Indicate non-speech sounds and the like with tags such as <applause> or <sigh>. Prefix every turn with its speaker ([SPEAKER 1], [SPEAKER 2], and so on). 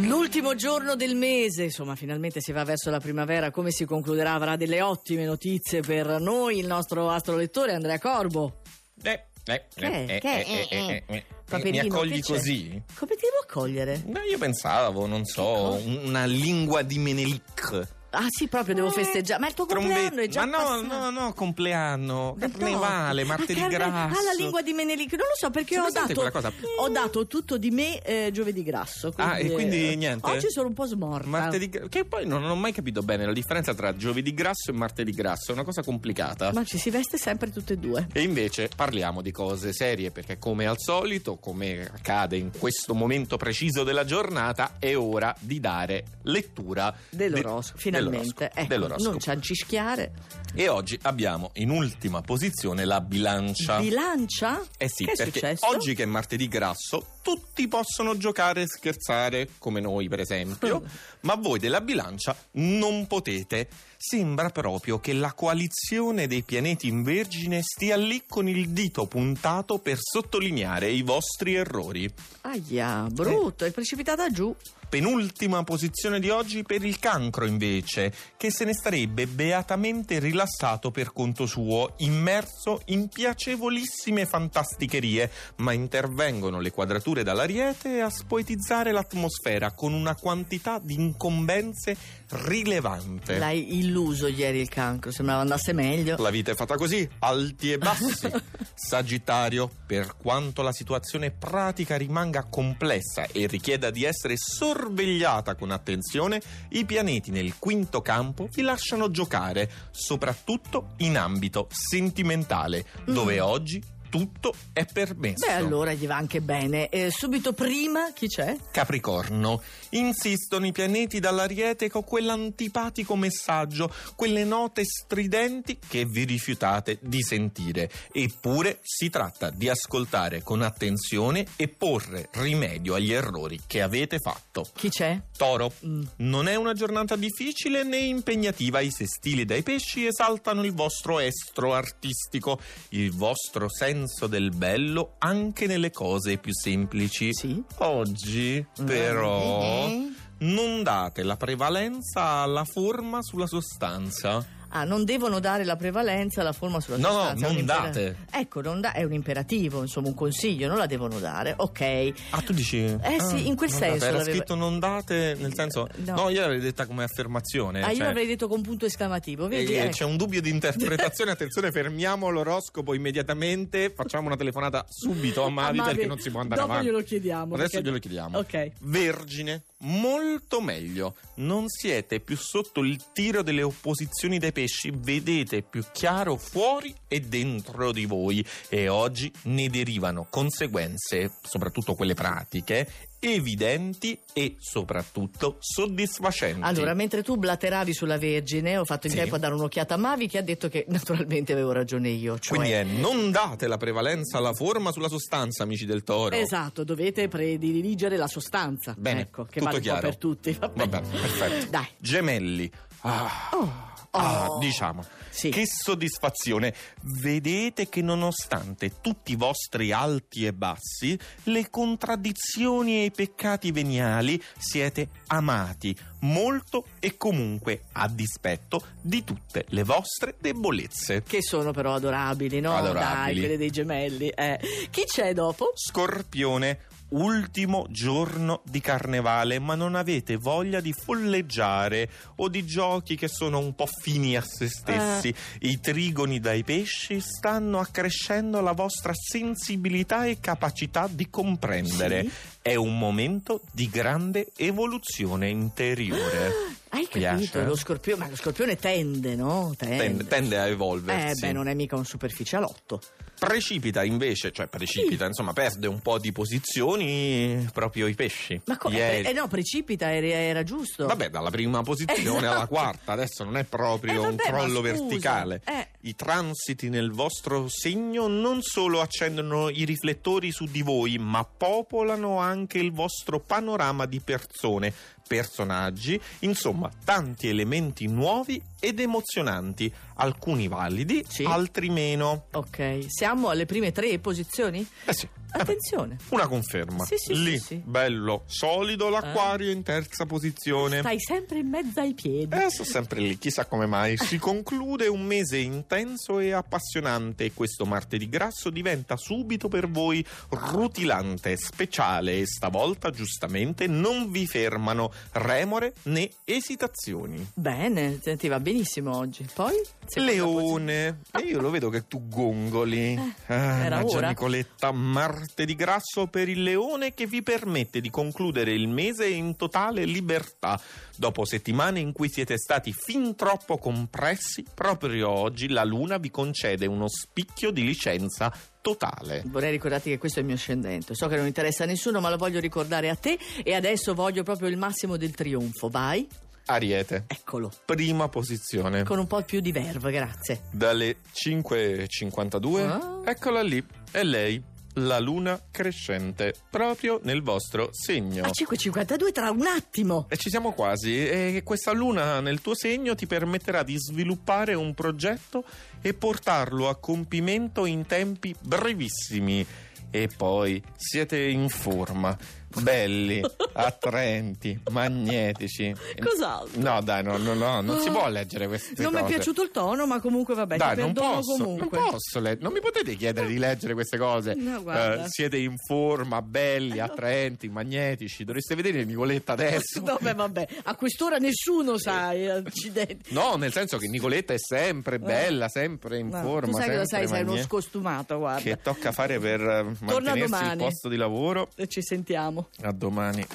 [SPEAKER 1] L'ultimo giorno del mese, insomma, finalmente si va verso la primavera. Come si concluderà? Avrà delle ottime notizie per noi il nostro astrolettore Andrea Corbo.
[SPEAKER 2] Eh, eh,
[SPEAKER 1] Che è?
[SPEAKER 2] eh, eh,
[SPEAKER 1] Che è?
[SPEAKER 2] eh,
[SPEAKER 1] Eh,
[SPEAKER 2] eh,
[SPEAKER 1] eh.
[SPEAKER 2] eh, eh. Mi
[SPEAKER 1] Paperino, che
[SPEAKER 2] accogli
[SPEAKER 1] c'è?
[SPEAKER 2] così?
[SPEAKER 1] Come ti devo accogliere?
[SPEAKER 2] Beh, io pensavo, non so,
[SPEAKER 1] cosa?
[SPEAKER 2] una lingua di Menelic.
[SPEAKER 1] Ah, sì, proprio devo festeggiare. Ma il tuo compleanno è
[SPEAKER 2] Trombe-
[SPEAKER 1] già
[SPEAKER 2] Eh, Ma no,
[SPEAKER 1] passato.
[SPEAKER 2] no, no, compleanno,
[SPEAKER 1] Del
[SPEAKER 2] carnevale,
[SPEAKER 1] dopo.
[SPEAKER 2] martedì
[SPEAKER 1] Ah, carne-
[SPEAKER 2] grasso.
[SPEAKER 1] Ah, la lingua di Menelik. Non lo so perché
[SPEAKER 2] Sì,
[SPEAKER 1] ho
[SPEAKER 2] presente
[SPEAKER 1] dato,
[SPEAKER 2] quella cosa?
[SPEAKER 1] ho dato tutto di me eh, giovedì grasso. Quindi,
[SPEAKER 2] Ah, e quindi
[SPEAKER 1] eh,
[SPEAKER 2] niente?
[SPEAKER 1] Oggi sono un po' smorta.
[SPEAKER 2] Martedì gra- che poi non, non ho mai capito bene la differenza tra giovedì grasso e martedì grasso, è una cosa complicata.
[SPEAKER 1] Ma ci si veste sempre tutte e due.
[SPEAKER 2] E invece parliamo di cose serie perché come al solito, come accade in questo momento preciso della giornata, è ora di dare lettura
[SPEAKER 1] Dell'oroscopo,
[SPEAKER 2] de-
[SPEAKER 1] finalmente.
[SPEAKER 2] dell'oroscopo,
[SPEAKER 1] Ecco,
[SPEAKER 2] dell'oroscopo.
[SPEAKER 1] non ciancischiare.
[SPEAKER 2] E oggi abbiamo in ultima posizione la bilancia.
[SPEAKER 1] Bilancia?
[SPEAKER 2] eh sì,
[SPEAKER 1] che è
[SPEAKER 2] perché
[SPEAKER 1] successo?
[SPEAKER 2] oggi che è martedì grasso tutti possono giocare e scherzare, come noi per
[SPEAKER 1] Mm.
[SPEAKER 2] esempio, ma voi della bilancia non potete. Sembra proprio che la coalizione dei pianeti in vergine stia lì con il dito puntato per sottolineare i vostri errori.
[SPEAKER 1] Aia, brutto, è precipitata giù.
[SPEAKER 2] Penultima posizione di oggi per il cancro invece, che se ne starebbe beatamente rilassato per conto suo, immerso in piacevolissime fantasticherie, ma intervengono le quadrature dall'ariete a spoetizzare l'atmosfera con una quantità di incombenze rilevante.
[SPEAKER 1] L'hai illuso ieri il cancro, sembrava andasse meglio.
[SPEAKER 2] La vita è fatta così, alti e bassi. Sagittario, per quanto la situazione pratica rimanga complessa e richieda di essere sorvegliata con attenzione, i pianeti nel quinto campo vi lasciano giocare, soprattutto in ambito sentimentale, dove oggi tutto è permesso.
[SPEAKER 1] Beh, allora gli va anche bene. Eh, subito prima chi c'è?
[SPEAKER 2] Capricorno. Insistono i pianeti dall'ariete con quell'antipatico messaggio, quelle note stridenti che vi rifiutate di sentire. Eppure si tratta di ascoltare con attenzione e porre rimedio agli errori che avete fatto.
[SPEAKER 1] Chi c'è?
[SPEAKER 2] Toro.
[SPEAKER 1] Mm.
[SPEAKER 2] Non è una giornata difficile né impegnativa, i sestili dai pesci esaltano il vostro estro artistico, il vostro senso del bello anche nelle cose più semplici.
[SPEAKER 1] Sì. Eh.
[SPEAKER 2] Oggi,
[SPEAKER 1] Mm-hmm.
[SPEAKER 2] però, non date la prevalenza alla forma sulla sostanza.
[SPEAKER 1] Ah, non devono dare la prevalenza alla forma sulla
[SPEAKER 2] No, no,
[SPEAKER 1] sostanza. è
[SPEAKER 2] non
[SPEAKER 1] un impera-
[SPEAKER 2] date.
[SPEAKER 1] Ecco, non da- è un imperativo, insomma, un consiglio, non la devono dare. Ok.
[SPEAKER 2] Ah, tu dici? Eh
[SPEAKER 1] sì, in quel senso
[SPEAKER 2] Era
[SPEAKER 1] l'aveva-
[SPEAKER 2] scritto non date, nel senso...
[SPEAKER 1] No.
[SPEAKER 2] No, io l'avrei detta come affermazione.
[SPEAKER 1] ah, io
[SPEAKER 2] cioè-
[SPEAKER 1] l'avrei detto con punto esclamativo, vedi?
[SPEAKER 2] Eh,
[SPEAKER 1] Ecco.
[SPEAKER 2] C'è un dubbio di interpretazione, attenzione, fermiamo l'oroscopo immediatamente, facciamo una telefonata subito a Mavi,
[SPEAKER 1] Mavi,
[SPEAKER 2] perché non si può andare
[SPEAKER 1] dopo
[SPEAKER 2] avanti.
[SPEAKER 1] glielo chiediamo,
[SPEAKER 2] Adesso
[SPEAKER 1] perché-
[SPEAKER 2] glielo chiediamo.
[SPEAKER 1] Ok.
[SPEAKER 2] Vergine, molto meglio. Non siete più sotto il tiro delle opposizioni dei pesci, vedete più chiaro fuori e dentro di voi e oggi ne derivano conseguenze, soprattutto quelle pratiche, evidenti e soprattutto soddisfacenti.
[SPEAKER 1] Allora, mentre tu blateravi sulla Vergine, ho fatto in
[SPEAKER 2] Sì.
[SPEAKER 1] tempo a dare un'occhiata a Mavi che ha detto che <laughs> naturalmente avevo ragione io. Cioè...
[SPEAKER 2] Quindi è non date la prevalenza alla forma sulla sostanza, amici del toro.
[SPEAKER 1] Esatto, dovete prediligere la sostanza.
[SPEAKER 2] Bene,
[SPEAKER 1] ecco, che
[SPEAKER 2] tutto
[SPEAKER 1] vale un po'
[SPEAKER 2] chiaro.
[SPEAKER 1] per tutti. Va bene.
[SPEAKER 2] Vabbè, perfetto.
[SPEAKER 1] Dai.
[SPEAKER 2] Gemelli. Ah, ah,
[SPEAKER 1] Oh.
[SPEAKER 2] diciamo.
[SPEAKER 1] Sì.
[SPEAKER 2] Che soddisfazione! Vedete che nonostante tutti i vostri alti e bassi, le contraddizioni e i peccati veniali siete amati molto e comunque a dispetto di tutte le vostre debolezze.
[SPEAKER 1] Che sono però adorabili, no?
[SPEAKER 2] Adorabili.
[SPEAKER 1] Dai, quelle dei gemelli. eh. Chi c'è dopo?
[SPEAKER 2] Scorpione, ultimo giorno di carnevale, ma non avete voglia di folleggiare o di giochi che sono un po' fini a se stessi.
[SPEAKER 1] Eh.
[SPEAKER 2] I trigoni dai pesci stanno accrescendo la vostra sensibilità e capacità di comprendere.
[SPEAKER 1] Sì.
[SPEAKER 2] È un momento di grande evoluzione
[SPEAKER 1] <gasps>
[SPEAKER 2] interiore.
[SPEAKER 1] Ah, Hai
[SPEAKER 2] Piace,
[SPEAKER 1] capito?
[SPEAKER 2] eh?
[SPEAKER 1] Lo scorpione, ma lo scorpione tende, no? Tende.
[SPEAKER 2] Tende, tende a
[SPEAKER 1] Eh
[SPEAKER 2] evolversi.
[SPEAKER 1] beh, non è mica un superficialotto.
[SPEAKER 2] Precipita invece, cioè precipita, insomma, perde un po' di posizioni proprio i pesci.
[SPEAKER 1] Ma come?
[SPEAKER 2] Ieri-
[SPEAKER 1] Eh no, precipita, era, era giusto.
[SPEAKER 2] Vabbè, dalla prima posizione
[SPEAKER 1] Esatto.
[SPEAKER 2] alla quarta, adesso non è proprio
[SPEAKER 1] Eh, vabbè,
[SPEAKER 2] un
[SPEAKER 1] ma
[SPEAKER 2] crollo
[SPEAKER 1] scusa,
[SPEAKER 2] verticale.
[SPEAKER 1] eh.
[SPEAKER 2] I transiti nel vostro segno non solo accendono i riflettori su di voi, ma popolano anche il vostro panorama di persone, personaggi, insomma, tanti elementi nuovi ed emozionanti, alcuni validi,
[SPEAKER 1] Sì.
[SPEAKER 2] altri meno.
[SPEAKER 1] Ok, siamo alle prime tre posizioni?
[SPEAKER 2] Eh sì.
[SPEAKER 1] Attenzione.
[SPEAKER 2] Una conferma.
[SPEAKER 1] Sì, sì,
[SPEAKER 2] Lì,
[SPEAKER 1] sì, sì. Eh.
[SPEAKER 2] bello, solido, l'acquario in terza posizione.
[SPEAKER 1] Stai sempre in mezzo ai piedi.
[SPEAKER 2] Eh, sto sempre lì, chissà come mai. Si conclude un mese intenso e appassionante e questo martedì grasso diventa subito per voi rutilante, speciale e stavolta giustamente non vi fermano remore né esitazioni.
[SPEAKER 1] Bene, ti va benissimo oggi. Poi? seconda
[SPEAKER 2] Leone, e io lo vedo che tu gongoli. Ah,
[SPEAKER 1] Eh, era
[SPEAKER 2] mannaggia,
[SPEAKER 1] ora.
[SPEAKER 2] Nicoletta, martedì grasso per il leone che vi permette di concludere il mese in totale libertà. Dopo settimane in cui siete stati fin troppo compressi, proprio oggi la luna vi concede uno spicchio di licenza totale.
[SPEAKER 1] Vorrei ricordarti che questo è il mio ascendente. So che non interessa a nessuno, ma lo voglio ricordare a te e adesso voglio proprio il massimo del trionfo. Vai,
[SPEAKER 2] Ariete,
[SPEAKER 1] eccolo,
[SPEAKER 2] prima posizione.
[SPEAKER 1] con un po' più di verve, grazie.
[SPEAKER 2] Dalle 5.52,
[SPEAKER 1] Ah.
[SPEAKER 2] eccola lì, è lei, la luna crescente, proprio nel vostro segno.
[SPEAKER 1] A 5.52 tra un attimo.
[SPEAKER 2] E ci siamo quasi, e questa luna nel tuo segno ti permetterà di sviluppare un progetto e portarlo a compimento in tempi brevissimi. E poi siete in forma,
[SPEAKER 1] <laughs>
[SPEAKER 2] belli, attraenti, magnetici.
[SPEAKER 1] Cos'altro?
[SPEAKER 2] No, dai, no, no, no, non si
[SPEAKER 1] Ah.
[SPEAKER 2] può leggere queste
[SPEAKER 1] non
[SPEAKER 2] cose.
[SPEAKER 1] mi è piaciuto il tono, ma comunque vabbè,
[SPEAKER 2] Dai,
[SPEAKER 1] ti
[SPEAKER 2] non
[SPEAKER 1] perdono
[SPEAKER 2] posso,
[SPEAKER 1] comunque.
[SPEAKER 2] non posso le- non mi potete chiedere di leggere queste cose.
[SPEAKER 1] No, guarda.
[SPEAKER 2] Eh, siete in forma, belli,
[SPEAKER 1] Eh, no.
[SPEAKER 2] attraenti, magnetici. Dovreste vedere
[SPEAKER 1] <laughs>
[SPEAKER 2] Nicoletta
[SPEAKER 1] <laughs>
[SPEAKER 2] adesso.
[SPEAKER 1] Vabbè, vabbè, a quest'ora nessuno sa, eh, accidenti.
[SPEAKER 2] No, nel senso che Nicoletta è sempre bella, sempre in
[SPEAKER 1] No,
[SPEAKER 2] forma.
[SPEAKER 1] Eh. Tu sai cosa
[SPEAKER 2] sempre
[SPEAKER 1] sei? Sei uno
[SPEAKER 2] magnifica.
[SPEAKER 1] scostumato, guarda.
[SPEAKER 2] Che tocca fare per eh,
[SPEAKER 1] Torna
[SPEAKER 2] mantenersi il
[SPEAKER 1] domani.
[SPEAKER 2] posto di lavoro.
[SPEAKER 1] E ci sentiamo.
[SPEAKER 2] A domani.